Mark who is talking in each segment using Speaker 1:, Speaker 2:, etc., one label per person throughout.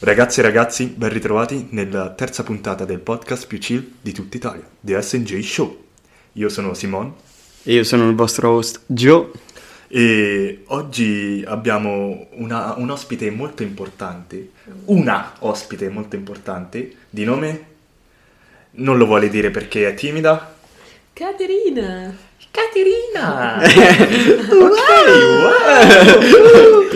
Speaker 1: Ragazze e ragazzi, ben ritrovati nella terza puntata del podcast più chill di tutta Italia, The SJ Show. Io sono Simon
Speaker 2: E io sono il vostro host Joe.
Speaker 1: e oggi abbiamo una- un ospite molto importante, una ospite molto importante di nome... Non lo vuole dire perché è timida?
Speaker 3: Caterina!
Speaker 1: Caterina! ok,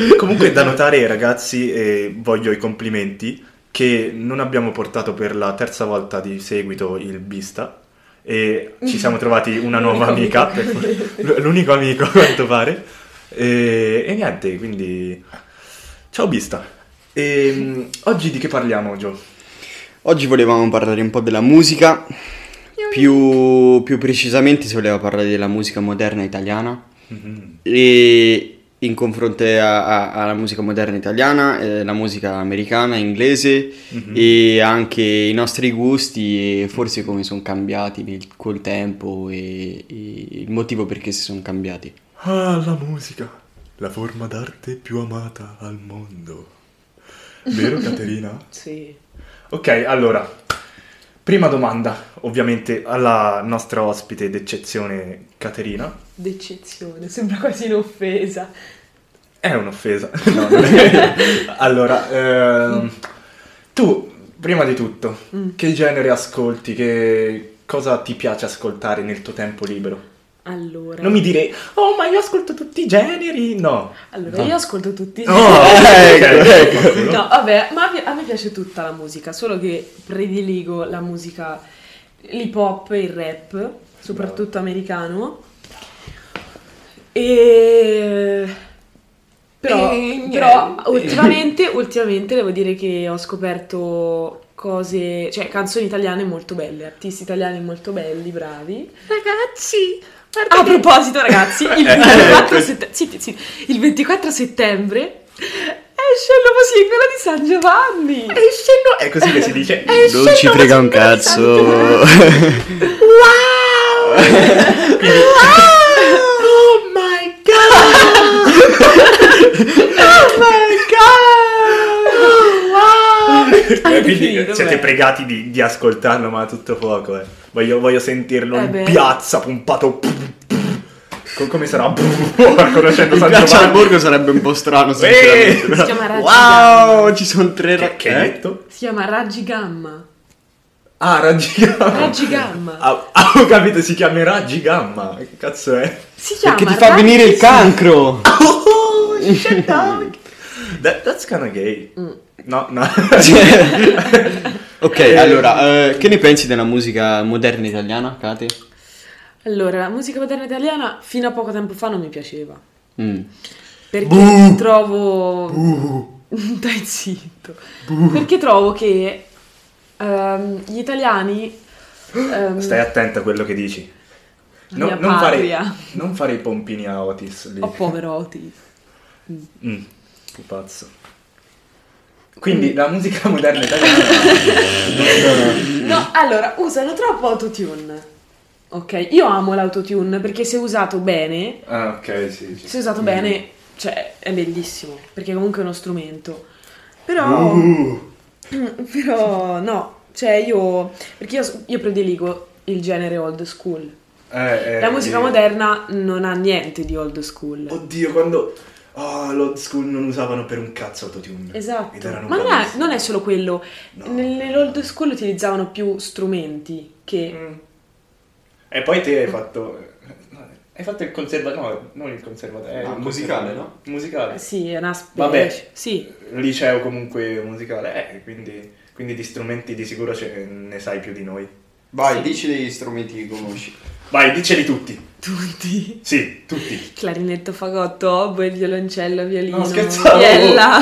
Speaker 1: wow! Comunque da notare ragazzi, e voglio i complimenti, che non abbiamo portato per la terza volta di seguito il Bista e ci siamo trovati una nuova
Speaker 3: L'unico
Speaker 1: amica,
Speaker 3: amico.
Speaker 1: per favore. L- l'unico amico a quanto pare. E, e niente, quindi... Ciao Bista! E, mm, oggi di che parliamo, Gio?
Speaker 2: Oggi volevamo parlare un po' della musica, più, più precisamente si voleva parlare della musica moderna italiana
Speaker 1: Mhm.
Speaker 2: e in confronto a- a- alla musica moderna italiana, eh, la musica americana, inglese
Speaker 1: Mhm.
Speaker 2: e anche i nostri gusti e forse come sono cambiati nel- col tempo e, e il motivo perché si sono cambiati.
Speaker 1: Ah, la musica, la forma d'arte più amata al mondo. Vero Caterina?
Speaker 3: Sì.
Speaker 1: ok, allora, prima domanda, ovviamente alla nostra ospite d'eccezione Caterina.
Speaker 3: D'eccezione, sembra quasi un'offesa.
Speaker 1: È un'offesa. No, non è. allora,
Speaker 2: Mm.
Speaker 1: ehm, tu, prima di tutto, che genere ascolti? Che cosa ti piace ascoltare nel tuo tempo libero?
Speaker 3: Allora,
Speaker 1: Non mi dire, oh ma io ascolto tutti i generi, no.
Speaker 3: allora
Speaker 1: No.
Speaker 3: io ascolto tutti i
Speaker 1: Oh,
Speaker 2: Ecco,
Speaker 1: ok.
Speaker 3: No, vabbè, ma a me- a me piace tutta la musica, solo che prediligo la musica, l'hip hop e il rap, soprattutto americano. E... Però,
Speaker 1: E niente.
Speaker 3: però ultimamente, ultimamente devo dire che ho scoperto cose, cioè canzoni italiane molto belle, artisti italiani molto belli, bravi.
Speaker 1: Ragazzi,
Speaker 3: A proposito, ragazzi, il
Speaker 1: Eh,
Speaker 3: 24, sette- zitti, zitti. Il 24 settembre esce il nuovo singolo di San Giovanni.
Speaker 1: È così che si dice.
Speaker 2: Non ci frega un
Speaker 3: Oh
Speaker 2: cazzo!
Speaker 1: Wow! Oh my god! Oh my god!
Speaker 3: Avete
Speaker 1: Quindi
Speaker 3: finito,
Speaker 1: siete
Speaker 3: beh.
Speaker 1: pregati di, di ascoltarlo, ma a tutto fuoco. eh. Voglio, voglio sentirlo
Speaker 3: Eh
Speaker 1: in
Speaker 3: beh.
Speaker 1: piazza, pompato. Co- Come sarà? Conoscendo
Speaker 2: Il
Speaker 1: San
Speaker 2: calcio al
Speaker 1: Giovanni.
Speaker 2: borgo sarebbe un po' strano,
Speaker 1: Eh!
Speaker 2: sinceramente.
Speaker 3: Si chiama Raggi
Speaker 2: Wow, ci sono tre eh?
Speaker 1: Che, che hai
Speaker 2: racchette.
Speaker 1: detto?
Speaker 3: Si chiama Raggi Gamma.
Speaker 1: Ah, raggi gamma.
Speaker 3: Raggi gamma.
Speaker 1: Ah, ah, ho capito, si chiama raggi gamma. Che cazzo è?
Speaker 3: Si chiama
Speaker 2: Perché ti fa
Speaker 3: Raggi-
Speaker 2: venire il cancro.
Speaker 1: Oh, shut down. That, that's kinda gay.
Speaker 3: Mm.
Speaker 1: No, no.
Speaker 2: ok, allora, eh, che ne pensi della musica moderna italiana, Kate?
Speaker 3: Allora, la musica moderna italiana fino a poco tempo fa non mi piaceva.
Speaker 2: Mm.
Speaker 3: Perché
Speaker 1: Buh.
Speaker 3: trovo. Dai zitto. Perché trovo che ehm, gli italiani. ehm,
Speaker 1: Stai attenta a quello che dici.
Speaker 3: La mia patria.
Speaker 1: fare, non fare i pompini a Otis lì.
Speaker 3: oh, povero Oti.
Speaker 1: Mm, tu pazzo. Quindi la musica moderna italiana.
Speaker 3: No, allora, usano troppo autotune. Ok, io amo l'autotune perché se usato bene,
Speaker 1: ah, ok, sì. sì.
Speaker 3: se usato bene, cioè, è bellissimo, perché comunque è uno strumento. Però,
Speaker 1: Uh,
Speaker 3: però, no, cioè io, perché io, io prediligo il genere old school.
Speaker 1: eh, eh,
Speaker 3: La musica
Speaker 1: eh.
Speaker 3: moderna non ha niente di old school.
Speaker 1: Oddio, quando ah, l'old school non usavano per un cazzo autotune. Ed
Speaker 3: Esatto,
Speaker 1: erano
Speaker 3: ma non è,
Speaker 1: bravissimi.
Speaker 3: non è solo quello.
Speaker 1: No.
Speaker 3: Nel- Nell'old school utilizzavano più strumenti che...
Speaker 1: Mm. E poi te hai fatto. no, Hai fatto il conservatorio, non il conservatorio. eh,
Speaker 2: Ah,
Speaker 1: il
Speaker 2: musicale,
Speaker 1: conserva-
Speaker 2: no?
Speaker 1: Musicale.
Speaker 3: Eh, Sì, è una specie.
Speaker 1: Vabbè.
Speaker 3: Sì,
Speaker 1: Liceo comunque musicale, eh, quindi, quindi di strumenti di sicuro ce ne sai più di noi.
Speaker 2: Vai,
Speaker 3: Sì.
Speaker 2: dici degli strumenti che conosci.
Speaker 1: Vai, diceli tutti.
Speaker 3: tutti.
Speaker 1: Sì, tutti.
Speaker 3: Clarinetto, fagotto, oboe, violoncello, violino,
Speaker 1: No, scherzavo.
Speaker 3: viella.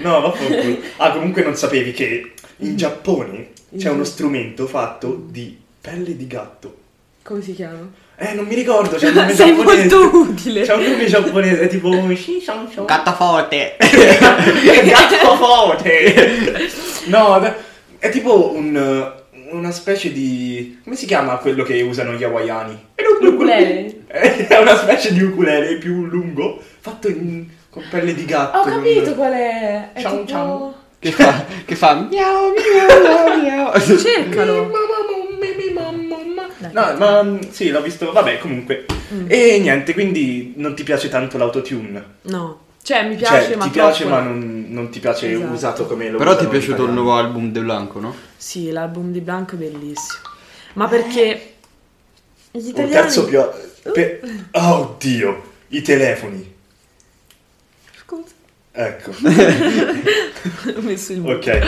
Speaker 1: No, vaffanculo. Ah, comunque non sapevi che in Giappone
Speaker 3: Mm.
Speaker 1: c'è
Speaker 3: Esatto.
Speaker 1: uno strumento fatto di pelle di gatto.
Speaker 3: Come si chiama?
Speaker 1: Eh, non mi ricordo, c'è un nome
Speaker 3: Sei
Speaker 1: giapponese.
Speaker 3: molto utile.
Speaker 1: C'è un nome giapponese, è tipo...
Speaker 2: Cattaforte.
Speaker 1: Gatto forte! No, beh, è tipo un, una specie di... come si chiama quello che usano gli hawaiani?
Speaker 3: Ukulele.
Speaker 1: È una specie di ukulele più lungo, fatto in- con pelle di gatto.
Speaker 3: Ho
Speaker 1: Ah, non-
Speaker 3: capito qual è. È
Speaker 1: Ciao,
Speaker 3: tipo...
Speaker 1: ciao.
Speaker 2: che fa, che fa miau miau miau miau.
Speaker 3: Cercalo. Dai.
Speaker 1: No, ma mm, sì, l'ho visto, vabbè, comunque.
Speaker 3: Mm.
Speaker 1: E niente, quindi non ti piace tanto l'autotune.
Speaker 3: No. Cioè, mi piace,
Speaker 1: cioè,
Speaker 3: ma
Speaker 1: ti piace
Speaker 3: troppo.
Speaker 1: ma non, non ti piace
Speaker 3: Esatto.
Speaker 1: usato come lo
Speaker 2: Però ti è
Speaker 1: usano gli
Speaker 2: piaciuto il
Speaker 1: italiani.
Speaker 2: nuovo album De Blanco, no?
Speaker 3: Sì, l'album di Blanco è bellissimo. Ma perché Eh, gli
Speaker 1: Un
Speaker 3: italiani Uh.
Speaker 1: terzo più... pe- Oh, oddio, i telefoni.
Speaker 3: Scusa,
Speaker 1: Ecco,
Speaker 3: ho messo il muro.
Speaker 1: ok.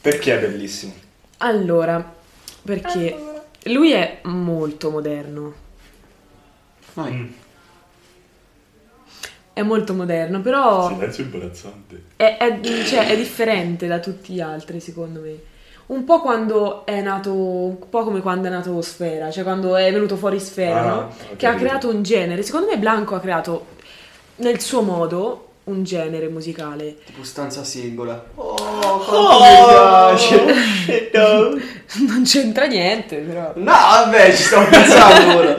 Speaker 1: Perché è bellissimo?
Speaker 3: Allora, perché lui è molto moderno.
Speaker 2: Vai.
Speaker 1: Mm.
Speaker 3: È molto moderno, però
Speaker 4: Silenzio imbarazzante.
Speaker 3: È, è- cioè, è differente da tutti gli altri, secondo me. Un po' quando è nato, un po' come quando è nato Sfera, cioè quando è venuto fuori Sfera,
Speaker 1: Ah,
Speaker 3: no?
Speaker 1: ho
Speaker 3: Che ha
Speaker 1: capito.
Speaker 3: creato un genere. Secondo me Blanco ha creato, nel suo modo, un genere musicale.
Speaker 2: Tipo stanza singola.
Speaker 1: Oh,
Speaker 3: Non c'entra niente, però.
Speaker 2: No, vabbè, ci stavo pensando ora.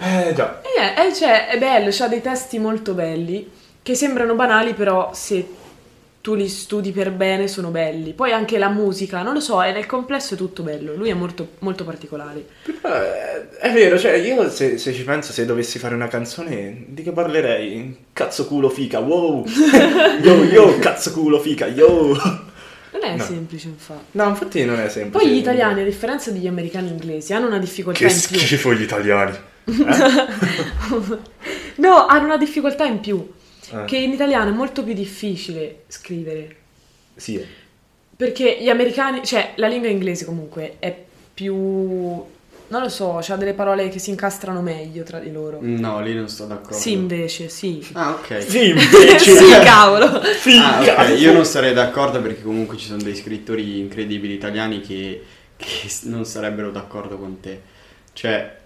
Speaker 1: Eh già,
Speaker 3: E è, è- cioè, è bello, ha dei testi molto belli, che sembrano banali, però se tu li studi per bene sono belli. Poi anche la musica, non lo so, è nel complesso è tutto bello. Lui è molto, molto particolare.
Speaker 1: Però, eh, è vero, cioè io se, se ci penso, se dovessi fare una canzone, di che parlerei? Cazzo culo fica, wow! yo yo, cazzo culo fica, yo!
Speaker 3: Non è
Speaker 1: No.
Speaker 3: semplice, infatti.
Speaker 1: No, infatti non è semplice.
Speaker 3: Poi gli italiani, a differenza degli americani e inglesi, hanno una difficoltà
Speaker 1: Che
Speaker 3: in più.
Speaker 1: schifo gli italiani.
Speaker 3: No, hanno una difficoltà in più.
Speaker 1: Eh.
Speaker 3: Che in italiano è molto più difficile scrivere.
Speaker 1: Sì, eh.
Speaker 3: Perché gli americani, cioè la lingua inglese comunque è più... non lo so, ha delle parole che si incastrano meglio tra di
Speaker 1: Mm,
Speaker 3: loro.
Speaker 2: No, lì non sto d'accordo.
Speaker 3: Sì, invece, sì.
Speaker 2: Ah, ok.
Speaker 1: Sì, invece!
Speaker 3: sì, cavolo.
Speaker 2: Ah,
Speaker 1: Figa!
Speaker 2: ok, Io non sarei d'accordo perché comunque ci sono dei scrittori incredibili italiani che, che s- non sarebbero d'accordo con te. Cioè,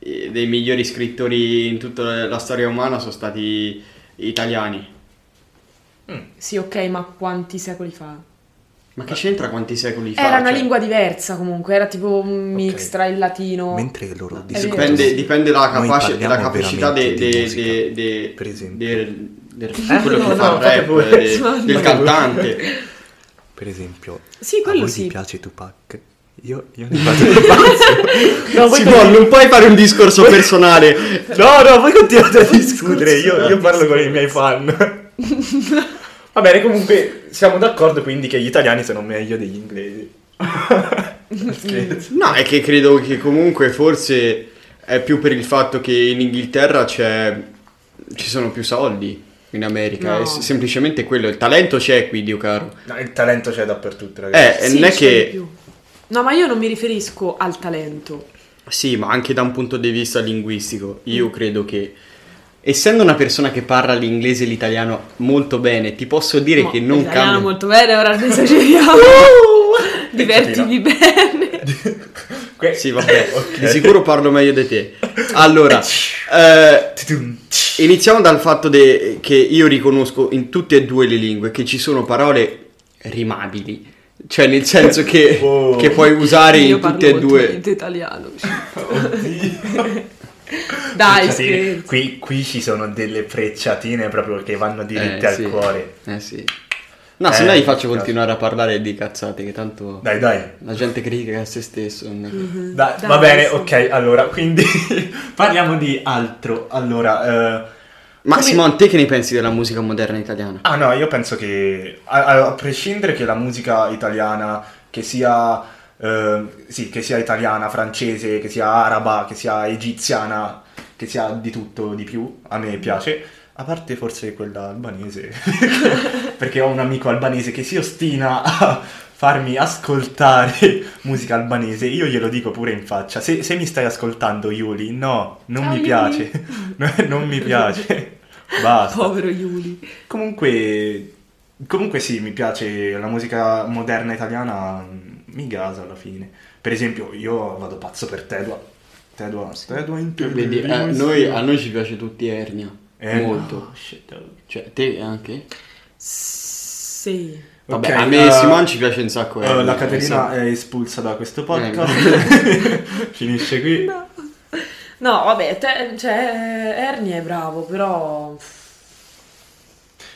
Speaker 2: eh, dei migliori scrittori in tutta la- la storia umana sono stati italiani.
Speaker 3: Sì, ok, ma quanti secoli fa?
Speaker 2: Ma
Speaker 1: Ah.
Speaker 2: che c'entra quanti secoli fa?
Speaker 3: Era una
Speaker 2: Cioè,
Speaker 3: lingua diversa comunque, era tipo un mix
Speaker 1: Ok.
Speaker 3: tra il latino...
Speaker 1: Mentre loro
Speaker 2: Eh,
Speaker 3: di vero. sicuro-
Speaker 2: Dipende, dipende dalla
Speaker 1: Noi
Speaker 2: capaci-
Speaker 1: parliamo
Speaker 2: dalla capacità de-
Speaker 1: veramente di
Speaker 2: de-
Speaker 1: musica,
Speaker 2: de- de-
Speaker 1: per esempio.
Speaker 2: del- del-
Speaker 1: Eh?
Speaker 2: quello
Speaker 1: No,
Speaker 2: che fa
Speaker 1: no,
Speaker 2: il
Speaker 1: fate
Speaker 2: rap,
Speaker 1: voi.
Speaker 2: de-
Speaker 3: Sì, ma
Speaker 2: del
Speaker 3: no.
Speaker 2: cantante.
Speaker 1: Per esempio,
Speaker 3: Sì, quello sì.
Speaker 1: piace Tupac? Io, io ne faccio
Speaker 2: No, non puoi fare un discorso personale.
Speaker 1: No, no, voi continuate a discutere, io, io parlo con i miei fan. Va bene, comunque siamo d'accordo quindi che gli italiani sono meglio degli inglesi. Scherzo.
Speaker 2: No, è che credo che comunque forse è più per il fatto che in Inghilterra c'è... ci sono più soldi in America.
Speaker 3: No.
Speaker 2: È s- semplicemente quello. Il talento c'è qui, Dio caro.
Speaker 1: No, il talento c'è dappertutto,
Speaker 2: Eh,
Speaker 1: ragazzi.
Speaker 2: e
Speaker 3: Sì,
Speaker 2: non è
Speaker 3: c'è di
Speaker 2: che...
Speaker 3: più. No, ma io non mi riferisco al talento.
Speaker 2: Sì, ma anche da un punto di vista linguistico, io
Speaker 3: Mm.
Speaker 2: credo che essendo una persona che parla l'inglese e l'italiano molto bene, ti posso dire
Speaker 3: Ma
Speaker 2: che non
Speaker 3: italiano
Speaker 2: cambia. Uh!
Speaker 3: molto bene, ora ne esageriamo. Divertiti bene.
Speaker 1: Que-
Speaker 2: Sì, vabbè,
Speaker 1: Ok.
Speaker 2: di sicuro parlo meglio di te. Allora, eh,
Speaker 1: Tudum.
Speaker 2: iniziamo dal fatto de- che io riconosco in tutte e due le lingue che ci sono parole rimabili, cioè nel senso che,
Speaker 1: Wow.
Speaker 2: che puoi usare
Speaker 3: Io
Speaker 2: in
Speaker 3: parlo
Speaker 2: tutte e
Speaker 3: molto
Speaker 2: due.
Speaker 3: niente italiano. Dai,
Speaker 1: Frecciatine.
Speaker 3: scherzo.
Speaker 1: Cioè, qui, qui ci sono delle frecciatine proprio che vanno dirette
Speaker 2: Eh,
Speaker 1: al
Speaker 2: sì.
Speaker 1: cuore.
Speaker 2: Eh sì. No,
Speaker 1: Eh,
Speaker 2: se no gli faccio
Speaker 1: cazzo.
Speaker 2: continuare a parlare di cazzate, che tanto
Speaker 1: Dai, dai.
Speaker 2: la gente critica a se stesso. non è
Speaker 3: Mm.
Speaker 2: che-
Speaker 1: Dai,
Speaker 3: Mhm. Dai,
Speaker 1: va bene,
Speaker 3: sì.
Speaker 1: ok, allora, quindi parliamo di altro. Allora, eh,
Speaker 2: Ma
Speaker 1: come-
Speaker 2: Simon, te che ne pensi della musica moderna italiana?
Speaker 1: Ah no, io penso che a, a- a prescindere che la musica italiana, che sia, eh, sì, che sia italiana, francese, che sia araba, che sia egiziana, che sia di tutto, di più, a me piace, a parte forse quella albanese, perché ho un amico albanese che si ostina a farmi ascoltare musica albanese, io glielo dico pure in faccia, se, se mi stai ascoltando Yuli, no, non
Speaker 3: Ciao,
Speaker 1: mi
Speaker 3: Yuli.
Speaker 1: piace, non mi piace, basta.
Speaker 3: Povero Iuli.
Speaker 1: Comunque, comunque sì, mi piace la musica moderna italiana, mm, mi gasa alla fine. Per esempio, io vado pazzo per Tedua. Tedua, Tedua in te-
Speaker 2: Vedi, eh, noi- a noi ci piace tutti Ernia.
Speaker 1: Eh,
Speaker 2: molto.
Speaker 1: no, shit, oh.
Speaker 2: Cioè, te anche?
Speaker 3: Sì.
Speaker 2: Vabbè,
Speaker 1: Ok,
Speaker 2: a me
Speaker 1: eh,
Speaker 2: Simon ci piace un sacco
Speaker 1: eh,
Speaker 2: Ernia.
Speaker 1: la
Speaker 2: insomma.
Speaker 1: Caterina è espulsa da
Speaker 2: Eh,
Speaker 1: questo podcast. Finisce qui.
Speaker 3: No, vabbè, te- cioè, Ernie è bravo, però...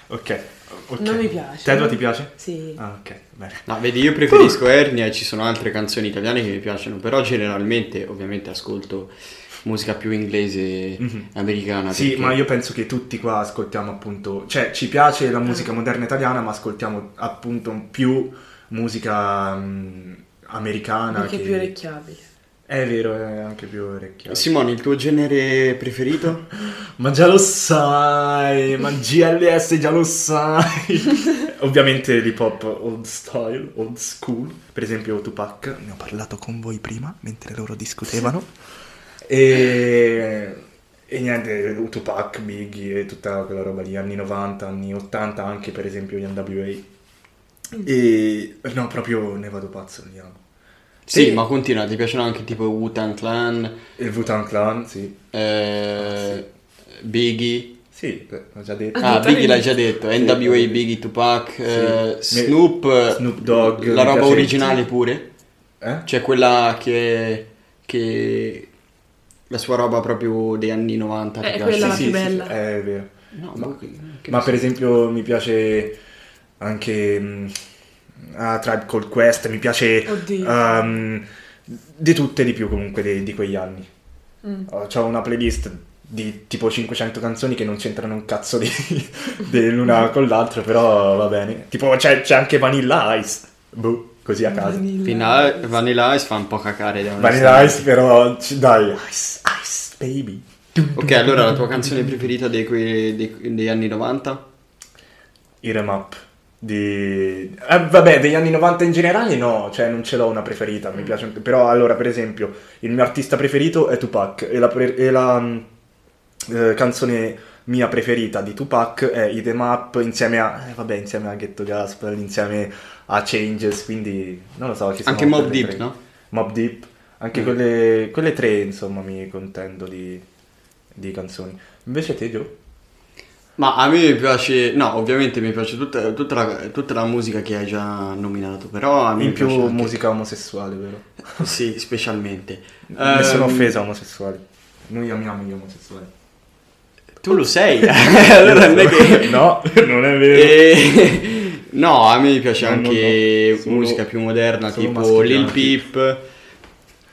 Speaker 1: Ok. Ok.
Speaker 3: Non mi piace.
Speaker 1: Tedua ti piace?
Speaker 3: Sì.
Speaker 1: Ah, ok, bene.
Speaker 2: No, vedi, io preferisco Ernia e ci sono altre canzoni italiane che mi piacciono, però generalmente ovviamente ascolto musica più inglese
Speaker 1: Mhm.
Speaker 2: americana.
Speaker 1: Sì,
Speaker 2: Ah, perché-
Speaker 1: ma io penso che tutti qua ascoltiamo appunto, cioè ci piace la
Speaker 3: Eh.
Speaker 1: musica moderna italiana, ma ascoltiamo appunto più musica mh, americana.
Speaker 3: Anche più orecchiabile.
Speaker 1: È vero, è anche più orecchiabile.
Speaker 2: Simone, il tuo genere preferito?
Speaker 1: Ma già lo sai, ma GLS già lo sai. Ovviamente l'hip hop old style, old school. Per esempio Tupac, ne ho parlato con voi prima, mentre loro discutevano. E, e niente, Tupac, Biggie e tutta quella roba lì, anni 90, anni 80 anche per esempio gli NWA. E no, proprio ne vado pazzo, li amo.
Speaker 2: Sì,
Speaker 1: Sì.
Speaker 2: ma continua, ti piacciono anche tipo Wu-Tang Clan,
Speaker 1: Il Wu-Tang Clan, sì.
Speaker 2: eh, Biggie.
Speaker 1: Sì, beh, l'ho già detto.
Speaker 2: Ah,
Speaker 3: Tutte le
Speaker 2: Biggie l'hai già detto,
Speaker 1: Sì.
Speaker 2: NWA, Biggie, Tupac, eh,
Speaker 1: Sì.
Speaker 2: Snoop,
Speaker 1: Snoop Dogg,
Speaker 2: la
Speaker 1: mi
Speaker 2: roba
Speaker 1: piace.
Speaker 2: originale pure,
Speaker 1: Eh?
Speaker 2: cioè quella che, che la sua roba proprio degli anni 90 ti
Speaker 3: Eh,
Speaker 2: piace.
Speaker 3: quella-
Speaker 2: Sì,
Speaker 3: più bella.
Speaker 1: Eh, è vero.
Speaker 2: sì. No,
Speaker 1: Ma-
Speaker 2: boh, che- che-
Speaker 1: Ma per esempio mi piace anche mh, ah, Tribe Called Quest, mi piace
Speaker 3: Oddio.
Speaker 1: ehm, di tutte e di più comunque de- di, quegli anni.
Speaker 3: Mm.
Speaker 1: Ho c'ho una playlist di tipo 500 canzoni che non c'entrano un cazzo di, di l'una con l'altra, però va bene. Tipo c'è, c'è anche Vanilla Ice, boh, così a caso.
Speaker 3: Vanilla.
Speaker 2: Vanilla, Vanilla Ice fa un po' cacare. devo
Speaker 1: Vanilla Ice
Speaker 2: essere-
Speaker 1: però, ci- dai, Ice, Ice, baby.
Speaker 2: Ok, allora la tua canzone preferita dei, que- dei- degli anni 90?
Speaker 1: I remap di... eh, vabbè, degli anni 90 in generale no, cioè non ce l'ho una preferita,
Speaker 2: Mm.
Speaker 1: mi piace... Però allora, per esempio, il mio artista preferito è Tupac e la, pre- e la, mh, eh, canzone mia preferita di Tupac è I Remap insieme a... eh, vabbè, insieme a Ghetto Gaspel, insieme a Changes, quindi non lo so... Ci sono
Speaker 2: Anche Mob
Speaker 1: altre
Speaker 2: Deep,
Speaker 1: tre.
Speaker 2: no?
Speaker 1: Mob Deep, anche
Speaker 2: Mm.
Speaker 1: quelle, quelle tre insomma mi contendo di, di canzoni. Invece te, Gio?
Speaker 2: Ma a me piace, no, ovviamente mi piace tutta, tutta la, tutta la musica che hai già nominato, però a me
Speaker 1: In più
Speaker 2: piace anche-
Speaker 1: musica omosessuale, vero?
Speaker 2: Sì, specialmente.
Speaker 1: Nessuna
Speaker 2: Ehm,
Speaker 1: offesa omosessuali. Noi amiamo gli omosessuali.
Speaker 2: Tu lo sei, allora non è che... Eh.
Speaker 1: No, non è vero.
Speaker 2: E- No, a me piace
Speaker 1: No, no,
Speaker 2: anche
Speaker 1: no. Solo-
Speaker 2: musica più moderna,
Speaker 1: solo
Speaker 2: tipo
Speaker 1: maschi
Speaker 2: Lil
Speaker 1: bianchi. Ah.
Speaker 2: Peep.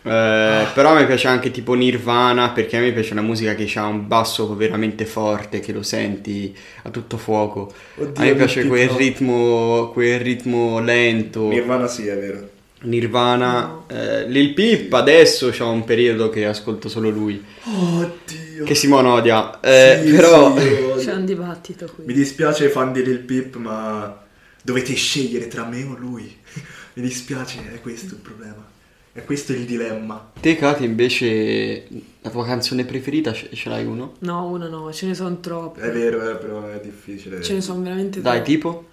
Speaker 2: Eh, Però a me piace anche tipo Nirvana perché a me piace una musica che ha un basso veramente forte, che lo senti a tutto fuoco.
Speaker 1: Oddio,
Speaker 2: a me piace
Speaker 1: Lil Peep
Speaker 2: quel
Speaker 1: no.
Speaker 2: ritmo, quel ritmo lento.
Speaker 1: Nirvana sì, è vero.
Speaker 2: Nirvana. eh, Lil Peep adesso c'ha un periodo che ascolto solo lui,
Speaker 1: Oddio.
Speaker 2: che Simone odia. eh,
Speaker 1: Sì,
Speaker 2: però...
Speaker 1: sì, io-
Speaker 3: C'è un dibattito qui.
Speaker 1: Mi dispiace fan di Lil Peep, ma dovete scegliere tra me o lui. Mi dispiace, è questo il problema. È questo il dilemma.
Speaker 2: Te, Kati, invece, la tua canzone preferita ce, ce l'hai uno?
Speaker 3: No, una no, ce ne sono troppe.
Speaker 1: È vero, eh, però è difficile.
Speaker 3: Ce ne sono veramente
Speaker 2: Dai,
Speaker 3: troppe.
Speaker 2: tipo?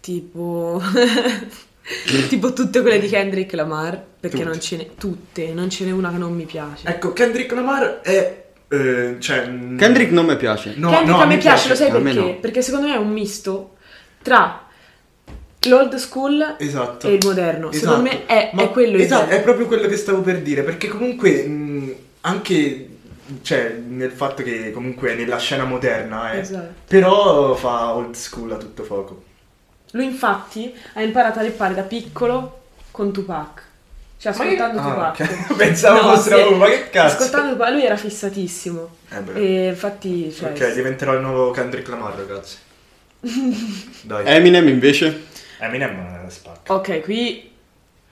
Speaker 3: Tipo... tipo tutte quelle di Kendrick Lamar, perché
Speaker 1: Tutte.
Speaker 3: non ce ne... Tutte, non ce n'è una che non mi piace.
Speaker 1: Ecco, Kendrick Lamar è... eh, cioè...
Speaker 2: Kendrick non mi piace.
Speaker 1: No,
Speaker 3: Kendrick
Speaker 1: no,
Speaker 3: a me piace, lo sai
Speaker 2: a me
Speaker 3: perché?
Speaker 2: no.
Speaker 3: Perché secondo me è un misto tra l'old school
Speaker 1: Esatto.
Speaker 3: e il moderno. Secondo me è,
Speaker 1: Ma-
Speaker 3: è quello il
Speaker 1: esatto,
Speaker 3: bello.
Speaker 1: è proprio quello che stavo per dire, perché comunque mh, anche cioè, nel fatto che comunque è nella scena moderna, eh,
Speaker 3: Esatto.
Speaker 1: però fa old school a tutto fuoco.
Speaker 3: Lui infatti ha imparato a rappare da piccolo con Tupac. Cioè
Speaker 1: Ma
Speaker 3: ascoltando
Speaker 1: io- ah,
Speaker 3: Tupac.
Speaker 1: ok. Pensavo fosse una
Speaker 3: sì.
Speaker 1: bomba, che cazzo?
Speaker 3: Ascoltando Tupac, lui era fissatissimo.
Speaker 1: Eh beh.
Speaker 3: E infatti, cioè,
Speaker 1: ok, diventerò il nuovo Kendrick Lamar, ragazzi. Dai.
Speaker 2: Eminem, invece?
Speaker 1: Eminem eh, spacca.
Speaker 3: ok, qui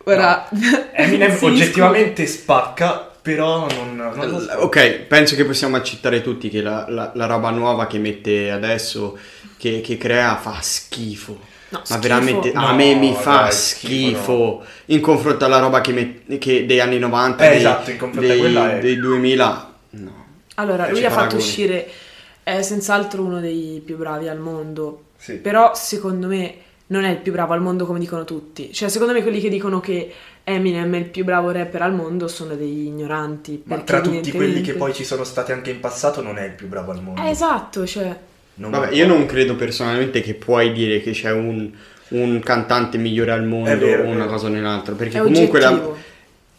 Speaker 3: ora
Speaker 1: Eminem
Speaker 3: Oh. Sì,
Speaker 1: oggettivamente spacca, però non... non lo so.
Speaker 2: Ok, penso che possiamo accettare tutti che la, la- la roba nuova che mette adesso, che, che crea, fa schifo.
Speaker 3: No,
Speaker 2: Ma
Speaker 3: schifo.
Speaker 2: veramente
Speaker 1: No,
Speaker 2: a me mi fa
Speaker 1: dai,
Speaker 2: schifo,
Speaker 1: schifo,
Speaker 2: in confronto alla roba che, met- che dei anni 90,
Speaker 1: Eh,
Speaker 2: dei,
Speaker 1: esatto, in confronto a
Speaker 2: dei-
Speaker 1: quella è-
Speaker 2: dei 2000. No.
Speaker 3: Allora,
Speaker 1: Eh,
Speaker 3: lui
Speaker 1: ci
Speaker 3: ha fatto
Speaker 2: paragoni.
Speaker 3: uscire, è senz'altro uno dei più bravi al mondo,
Speaker 1: Sì.
Speaker 3: però secondo me non è il più bravo al mondo come dicono tutti. Cioè, secondo me quelli che dicono che Eminem è il più bravo rapper al mondo sono degli ignoranti.
Speaker 1: Ma
Speaker 3: perché
Speaker 1: tra tutti quelli
Speaker 3: evidentemente-
Speaker 1: che poi ci sono stati anche in passato non è il più bravo al mondo.
Speaker 3: Eh, esatto, cioè...
Speaker 1: Non-
Speaker 2: Vabbè, io non credo personalmente che puoi dire che c'è un, un cantante migliore al mondo
Speaker 1: È vero,
Speaker 2: o
Speaker 1: è
Speaker 2: una
Speaker 1: vero.
Speaker 2: cosa o un'altra, perché
Speaker 3: È
Speaker 2: comunque la-
Speaker 3: oggettivo.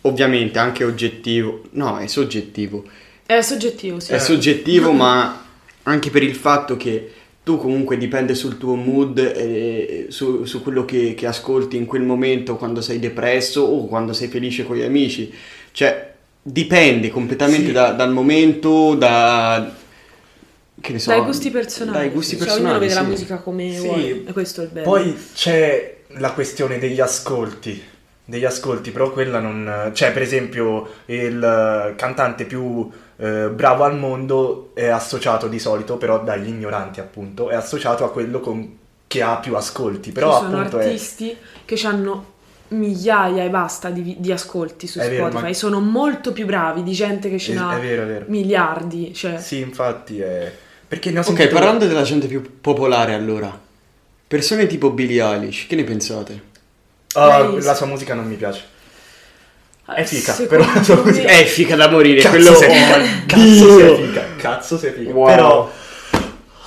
Speaker 2: ovviamente anche oggettivo, no, è soggettivo.
Speaker 1: Eh, Certo.
Speaker 3: È soggettivo, sì.
Speaker 2: È soggettivo, ma anche per il fatto che tu comunque dipende sul tuo mood, eh, su, su quello che, che ascolti in quel momento, quando sei depresso o quando sei felice con gli amici. Cioè, dipende completamente
Speaker 1: Sì.
Speaker 2: da- dal momento, da... che ne so,
Speaker 3: dai gusti personali.
Speaker 2: Dai gusti
Speaker 3: cioè,
Speaker 2: personali.
Speaker 3: Ognuno vede la
Speaker 2: sì.
Speaker 3: musica come
Speaker 1: Sì.
Speaker 3: vuole. E questo è il bello.
Speaker 1: Poi c'è la questione degli ascolti, degli ascolti, però quella non... Cioè, per esempio, il eh, cantante più eh, bravo al mondo è associato di solito, però dagli ignoranti appunto, è associato a quello con- che ha più ascolti, però
Speaker 3: Ci sono
Speaker 1: appunto è...
Speaker 3: artisti che hanno migliaia e basta di, vi- di ascolti su
Speaker 1: È vero,
Speaker 3: Spotify.
Speaker 1: ma-
Speaker 3: Sono molto più bravi di gente che ce
Speaker 1: è-
Speaker 3: n'ha
Speaker 1: è vero, è vero.
Speaker 3: miliardi. Cioè,
Speaker 1: Sì, infatti è... Perché ne ho
Speaker 2: Ok,
Speaker 1: sentito...
Speaker 2: parlando della gente più popolare allora, persone tipo Billie Eilish, che ne pensate?
Speaker 1: Ah,
Speaker 3: Lei-
Speaker 1: la sua musica non mi piace. È figa,
Speaker 3: eh, secondo
Speaker 1: però sono-
Speaker 3: me-
Speaker 2: È figa Eh, da morire,
Speaker 1: Cazzo
Speaker 2: quello...
Speaker 1: sei figa, cazzo
Speaker 2: Dio!
Speaker 1: sei figa, cazzo sei figa.
Speaker 2: Wow.
Speaker 1: Però...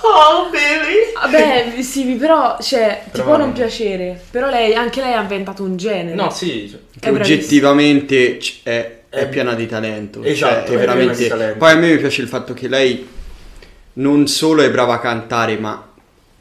Speaker 1: Oh, Billy!
Speaker 3: Vabbè, Ah, sì, però, cioè, ti
Speaker 1: Però
Speaker 3: può
Speaker 1: no.
Speaker 3: non piacere, però lei, anche lei ha inventato un genere.
Speaker 1: No, sì,
Speaker 2: che
Speaker 3: È bravissima.
Speaker 2: oggettivamente c- è, è
Speaker 1: È-
Speaker 2: piena di talento.
Speaker 1: Esatto,
Speaker 2: cioè, è
Speaker 1: è piena
Speaker 2: veramente-
Speaker 1: di talento.
Speaker 2: Poi a me mi piace il fatto che lei non solo è brava a cantare, ma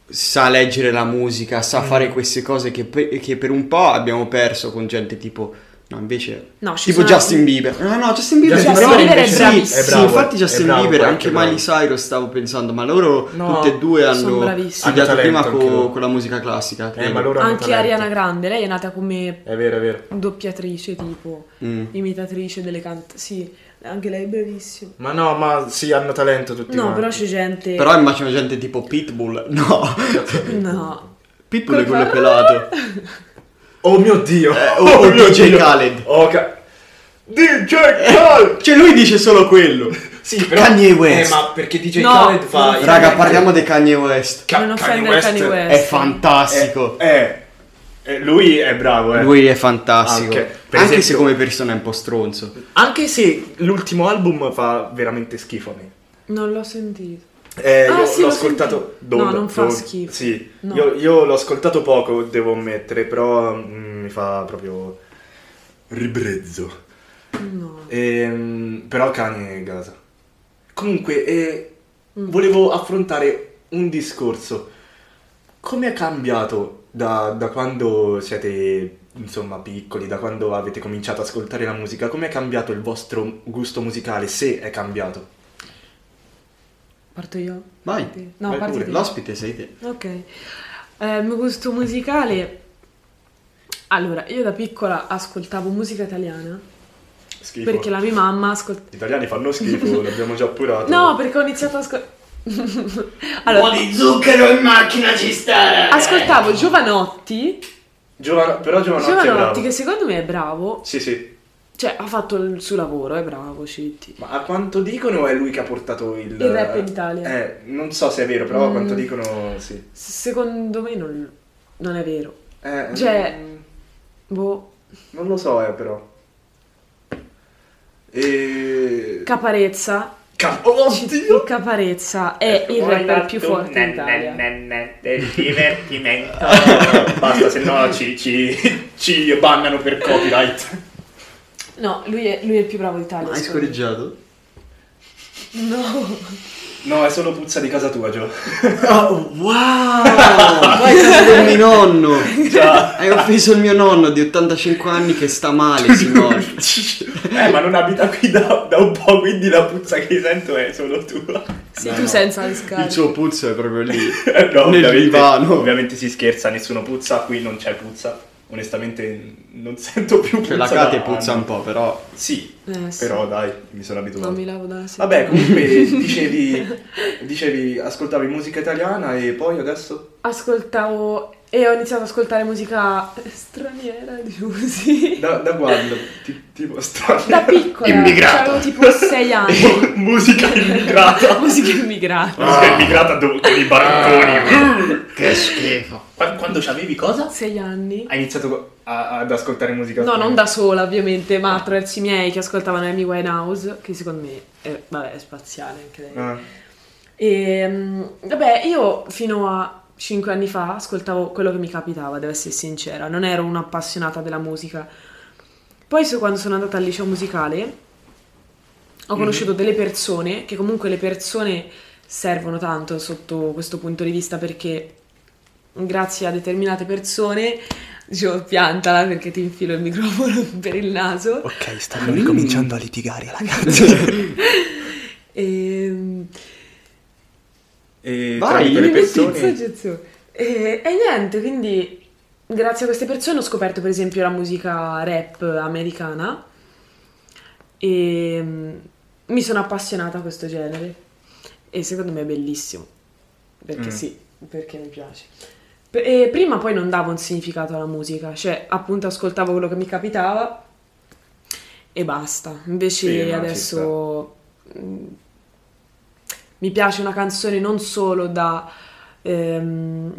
Speaker 2: sa leggere la musica, sa fare queste cose che pe- che per, un po' abbiamo perso con gente tipo... No, invece...
Speaker 3: No, ci
Speaker 2: tipo
Speaker 3: sono-
Speaker 2: Justin Bieber. No, no, Justin Bieber,
Speaker 1: Justin
Speaker 2: sì, però-
Speaker 1: Bieber è
Speaker 2: sì,
Speaker 1: bravissimo.
Speaker 2: sì,
Speaker 1: È bravo,
Speaker 2: infatti
Speaker 1: è
Speaker 2: Justin
Speaker 1: bravo,
Speaker 2: Bieber,
Speaker 1: è
Speaker 2: anche
Speaker 1: bravo.
Speaker 2: Miley Cyrus stavo pensando, ma loro
Speaker 1: No,
Speaker 2: tutte e due
Speaker 3: sono
Speaker 2: hanno
Speaker 3: bravissimi.
Speaker 2: studiato
Speaker 1: Hanno
Speaker 2: prima
Speaker 1: talento
Speaker 2: co-
Speaker 1: anche loro.
Speaker 2: con la musica classica.
Speaker 1: Eh,
Speaker 2: credo.
Speaker 1: ma loro hanno
Speaker 3: Anche
Speaker 1: talento.
Speaker 3: Ariana Grande, lei è nata come
Speaker 1: È vero, è vero.
Speaker 3: doppiatrice, tipo,
Speaker 2: Mm.
Speaker 3: imitatrice delle cantanti. Sì, anche lei è bravissima.
Speaker 1: Ma no, ma sì, hanno talento tutti
Speaker 3: No,
Speaker 1: quanti.
Speaker 3: però c'è gente...
Speaker 2: Però immagino gente tipo Pitbull. No,
Speaker 3: No.
Speaker 2: Pitbull è quello pelato.
Speaker 1: Oh mio Dio!
Speaker 2: o- o DJ Khaled.
Speaker 1: Oh, ca- DJ Khaled!
Speaker 2: Cioè, lui dice solo quello.
Speaker 1: Sì, però...
Speaker 2: Kanye West.
Speaker 1: Eh, ma perché DJ
Speaker 3: No,
Speaker 1: Khaled fa...
Speaker 3: non-
Speaker 2: Raga, parliamo di Kanye West.
Speaker 1: Ca-
Speaker 3: Non offendere Kanye West.
Speaker 2: È fantastico.
Speaker 1: Eh, eh, lui è bravo, eh.
Speaker 2: Lui è fantastico.
Speaker 1: Ah, ok. Per
Speaker 2: Anche se
Speaker 1: esempio-
Speaker 2: come persona è un po' stronzo.
Speaker 1: Anche se l'ultimo album fa veramente schifo a me.
Speaker 3: Non l'ho sentito.
Speaker 1: Eh,
Speaker 3: Ah,
Speaker 1: io
Speaker 3: sì,
Speaker 1: l'ho
Speaker 3: l'ho
Speaker 1: ascoltato
Speaker 3: sentito. No, non fa
Speaker 1: Dawn.
Speaker 3: schifo.
Speaker 1: Sì,
Speaker 3: No.
Speaker 1: io, io l'ho ascoltato poco, devo ammettere, però mm, mi fa proprio ribrezzo.
Speaker 3: No.
Speaker 1: Ehm, però Kanye Gaza. Comunque, eh,
Speaker 3: Mm.
Speaker 1: volevo affrontare un discorso. Come è cambiato da, da quando siete, insomma, piccoli, da quando avete cominciato ad ascoltare la musica? Come è cambiato il vostro gusto musicale, se è cambiato?
Speaker 3: Parto io?
Speaker 2: Vai.
Speaker 3: No,
Speaker 1: Vai
Speaker 3: parti
Speaker 1: pure.
Speaker 3: te.
Speaker 2: L'ospite sei te.
Speaker 3: Ok, Eh, il mio gusto musicale. Allora, io da piccola ascoltavo musica italiana
Speaker 1: Schifo.
Speaker 3: perché la mia mamma ascoltava.
Speaker 1: Gli italiani fanno schifo, l'abbiamo già appurato.
Speaker 3: No, perché ho iniziato a ascoltare. allora,
Speaker 2: zucchero in macchina ci sta.
Speaker 3: ascoltavo Giovanotti.
Speaker 1: Giovano- però Giovanotti, è
Speaker 3: Giovanotti,
Speaker 1: bravo.
Speaker 3: che secondo me è bravo,
Speaker 1: Sì, sì.
Speaker 3: cioè ha fatto il suo lavoro, è bravo, Citti.
Speaker 1: Ma a quanto dicono è lui che ha portato il...
Speaker 3: Il rap in Italia.
Speaker 1: Eh, non so se è vero, però a quanto
Speaker 3: Mm.
Speaker 1: dicono sì.
Speaker 3: S- Secondo me non, non è vero.
Speaker 1: Eh,
Speaker 3: Cioè-
Speaker 1: mm,
Speaker 3: Boh,
Speaker 1: Non lo so, eh, però. E...
Speaker 3: Caparezza.
Speaker 1: Ca- oh,
Speaker 3: Citti
Speaker 1: oddio!
Speaker 3: Caparezza è
Speaker 1: Ecco,
Speaker 3: il rapper più forte in Italia.
Speaker 1: Del divertimento. Basta, se no ci, ci, ci bannano per copyright.
Speaker 3: No, lui è, lui è il più bravo d'Italia.
Speaker 2: Hai
Speaker 3: secondo me.
Speaker 2: scorreggiato?
Speaker 3: No.
Speaker 1: No, è solo puzza di casa tua, Gio.
Speaker 2: Oh, wow! Vai a casa del mio nonno.
Speaker 1: Già.
Speaker 2: Hai offeso il mio nonno di 85 anni che sta male, signore.
Speaker 1: Eh, ma non abita qui da, da un po', quindi la puzza che sento è solo tua.
Speaker 3: Sì,
Speaker 2: No,
Speaker 3: tu
Speaker 2: no.
Speaker 3: senza le scarpe.
Speaker 2: Il suo puzzo è proprio lì.
Speaker 1: Eh, no,
Speaker 2: Nel
Speaker 1: ovviamente-
Speaker 2: divano.
Speaker 1: Ovviamente si scherza, nessuno puzza, qui non c'è puzza. Onestamente non sento più puzza.
Speaker 2: Cioè, la
Speaker 1: da
Speaker 2: cate puzza
Speaker 1: anni.
Speaker 2: un po', però.
Speaker 1: Sì,
Speaker 3: Eh, sì.
Speaker 1: però dai, mi sono
Speaker 3: Non
Speaker 1: abituato.
Speaker 3: mi lavo dalla sera.
Speaker 1: Vabbè, comunque dicevi, dicevi, ascoltavi musica italiana e poi adesso?
Speaker 3: Ascoltavo e ho iniziato ad ascoltare musica straniera, diciamo così.
Speaker 1: Da, da quando? Ti- tipo strano.
Speaker 3: Da piccola.
Speaker 2: Immigrato.
Speaker 3: Avevo tipo 6 anni.
Speaker 1: musica immigrata.
Speaker 3: musica immigrata.
Speaker 1: Musica immigrata dove- con i baracconi.
Speaker 2: Ah. Che schifo.
Speaker 1: Qua- Quando c'avevi cosa?
Speaker 3: 6 anni.
Speaker 1: Hai iniziato a- ad ascoltare musica
Speaker 3: No,
Speaker 1: straniera?
Speaker 3: non da sola ovviamente, ma attraverso i miei che ascoltavano Amy Winehouse, che secondo me è, vabbè, è spaziale anche lei.
Speaker 1: Ah.
Speaker 3: E mm, vabbè, io fino a 5 anni fa ascoltavo quello che mi capitava, devo essere sincera, non ero un'appassionata della musica. Poi so- quando sono andata al liceo musicale ho conosciuto delle persone che comunque le persone servono tanto sotto questo punto di vista perché grazie a determinate persone dicevo piantala perché ti infilo il microfono per il naso
Speaker 4: Ok,
Speaker 1: Ah.
Speaker 4: stanno ricominciando a litigare, ragazzi.
Speaker 3: Ehm,
Speaker 1: E
Speaker 2: Vai,
Speaker 1: tramite
Speaker 2: io
Speaker 1: le
Speaker 2: mi
Speaker 1: persone...
Speaker 3: Sì, sì, sì. E, e niente, quindi grazie a queste persone ho scoperto per esempio la musica rap americana e mm, mi sono appassionata a questo genere e secondo me è bellissimo, perché
Speaker 1: Mm.
Speaker 3: sì, perché mi piace. P- e prima poi non davo un significato alla musica, cioè appunto ascoltavo quello che mi capitava e basta. Invece
Speaker 1: Sì, no, ci
Speaker 3: adesso mm, mi piace una canzone non solo da ehm,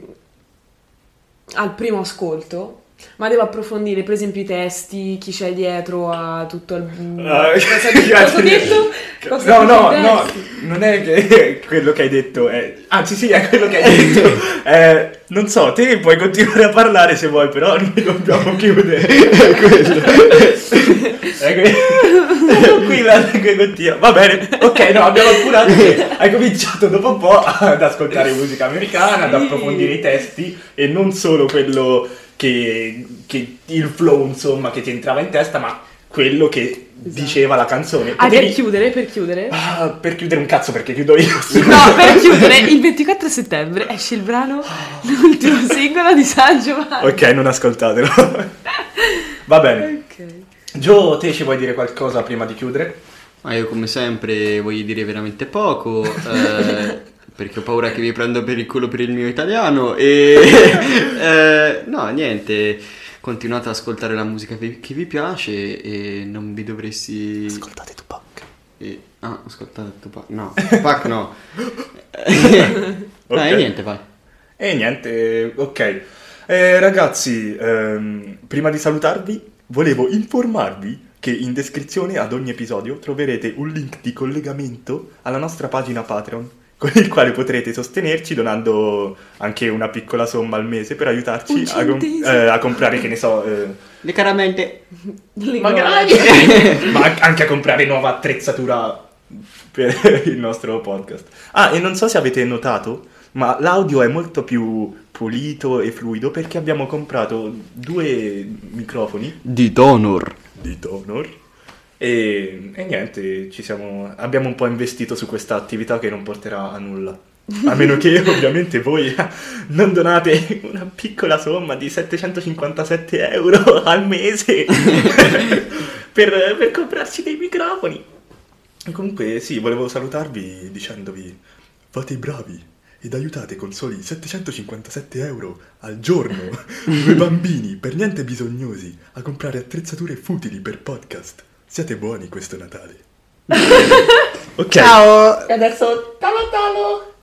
Speaker 3: al primo ascolto, ma devo approfondire per esempio i testi, chi c'è dietro a tutto il
Speaker 1: Ah,
Speaker 3: cosa, cosa ho detto? Cosa
Speaker 1: No,
Speaker 3: ho detto
Speaker 1: no,
Speaker 3: ai
Speaker 1: no,
Speaker 3: testi?
Speaker 1: non è che quello che hai detto è... Anzi sì, è quello che hai detto. Eh, non so, te puoi continuare a parlare se vuoi, però noi dobbiamo chiudere. È quello. È que- Tranquilla, continua. Va bene, ok, no, abbiamo appurato che hai cominciato dopo un po' ad ascoltare musica americana, ad
Speaker 3: Sì.
Speaker 1: approfondire i testi e non solo quello che, che il flow, insomma, che ti entrava in testa, ma quello che
Speaker 3: Esatto.
Speaker 1: diceva la canzone.
Speaker 3: Ah, per
Speaker 1: Potevi-
Speaker 3: chiudere, per chiudere.
Speaker 1: Ah, per chiudere un cazzo perché chiudo io.
Speaker 3: No, per chiudere, il 24 settembre esce il brano, l'ultimo singolo di San Giovanni.
Speaker 1: ok, non ascoltatelo. Va bene.
Speaker 3: Ok.
Speaker 1: Gio, te ci vuoi dire qualcosa prima di chiudere?
Speaker 2: Ma io come sempre voglio dire veramente poco, eh, perché ho paura che vi prendo per il culo per il mio italiano e... eh, no, niente, continuate ad ascoltare la musica che che vi piace e non vi dovresti...
Speaker 4: Ascoltate Tupac.
Speaker 2: e- ah, ascoltate Tupac, no, Tupac no. Dai,
Speaker 1: Ok.
Speaker 2: niente, vai.
Speaker 1: E niente, ok. Eh, ragazzi, ehm, prima di salutarvi, volevo informarvi che in descrizione ad ogni episodio troverete un link di collegamento alla nostra pagina Patreon, con il quale potrete sostenerci donando anche una piccola somma al mese per aiutarci
Speaker 3: Un
Speaker 1: a, com-
Speaker 3: centesimo.
Speaker 1: eh, a comprare, che ne so... eh,
Speaker 2: Le caramente...
Speaker 3: Le
Speaker 1: Magari. Ma an- anche a comprare nuova attrezzatura per il nostro podcast. Ah, e non so se avete notato, ma l'audio è molto più pulito e fluido perché abbiamo comprato due microfoni
Speaker 2: Di Donor.
Speaker 1: di Donor. E, e niente, ci siamo, abbiamo un po' investito su questa attività che non porterà a nulla. A meno che ovviamente voi non donate una piccola somma di 757 euro al mese per, per comprarci dei microfoni. E comunque sì, volevo salutarvi dicendovi fate i bravi ed aiutate con soli 757 euro al giorno due bambini per niente bisognosi a comprare attrezzature futili per podcast. Siate buoni questo Natale. ok.
Speaker 4: Ciao.
Speaker 1: E adesso talo talo.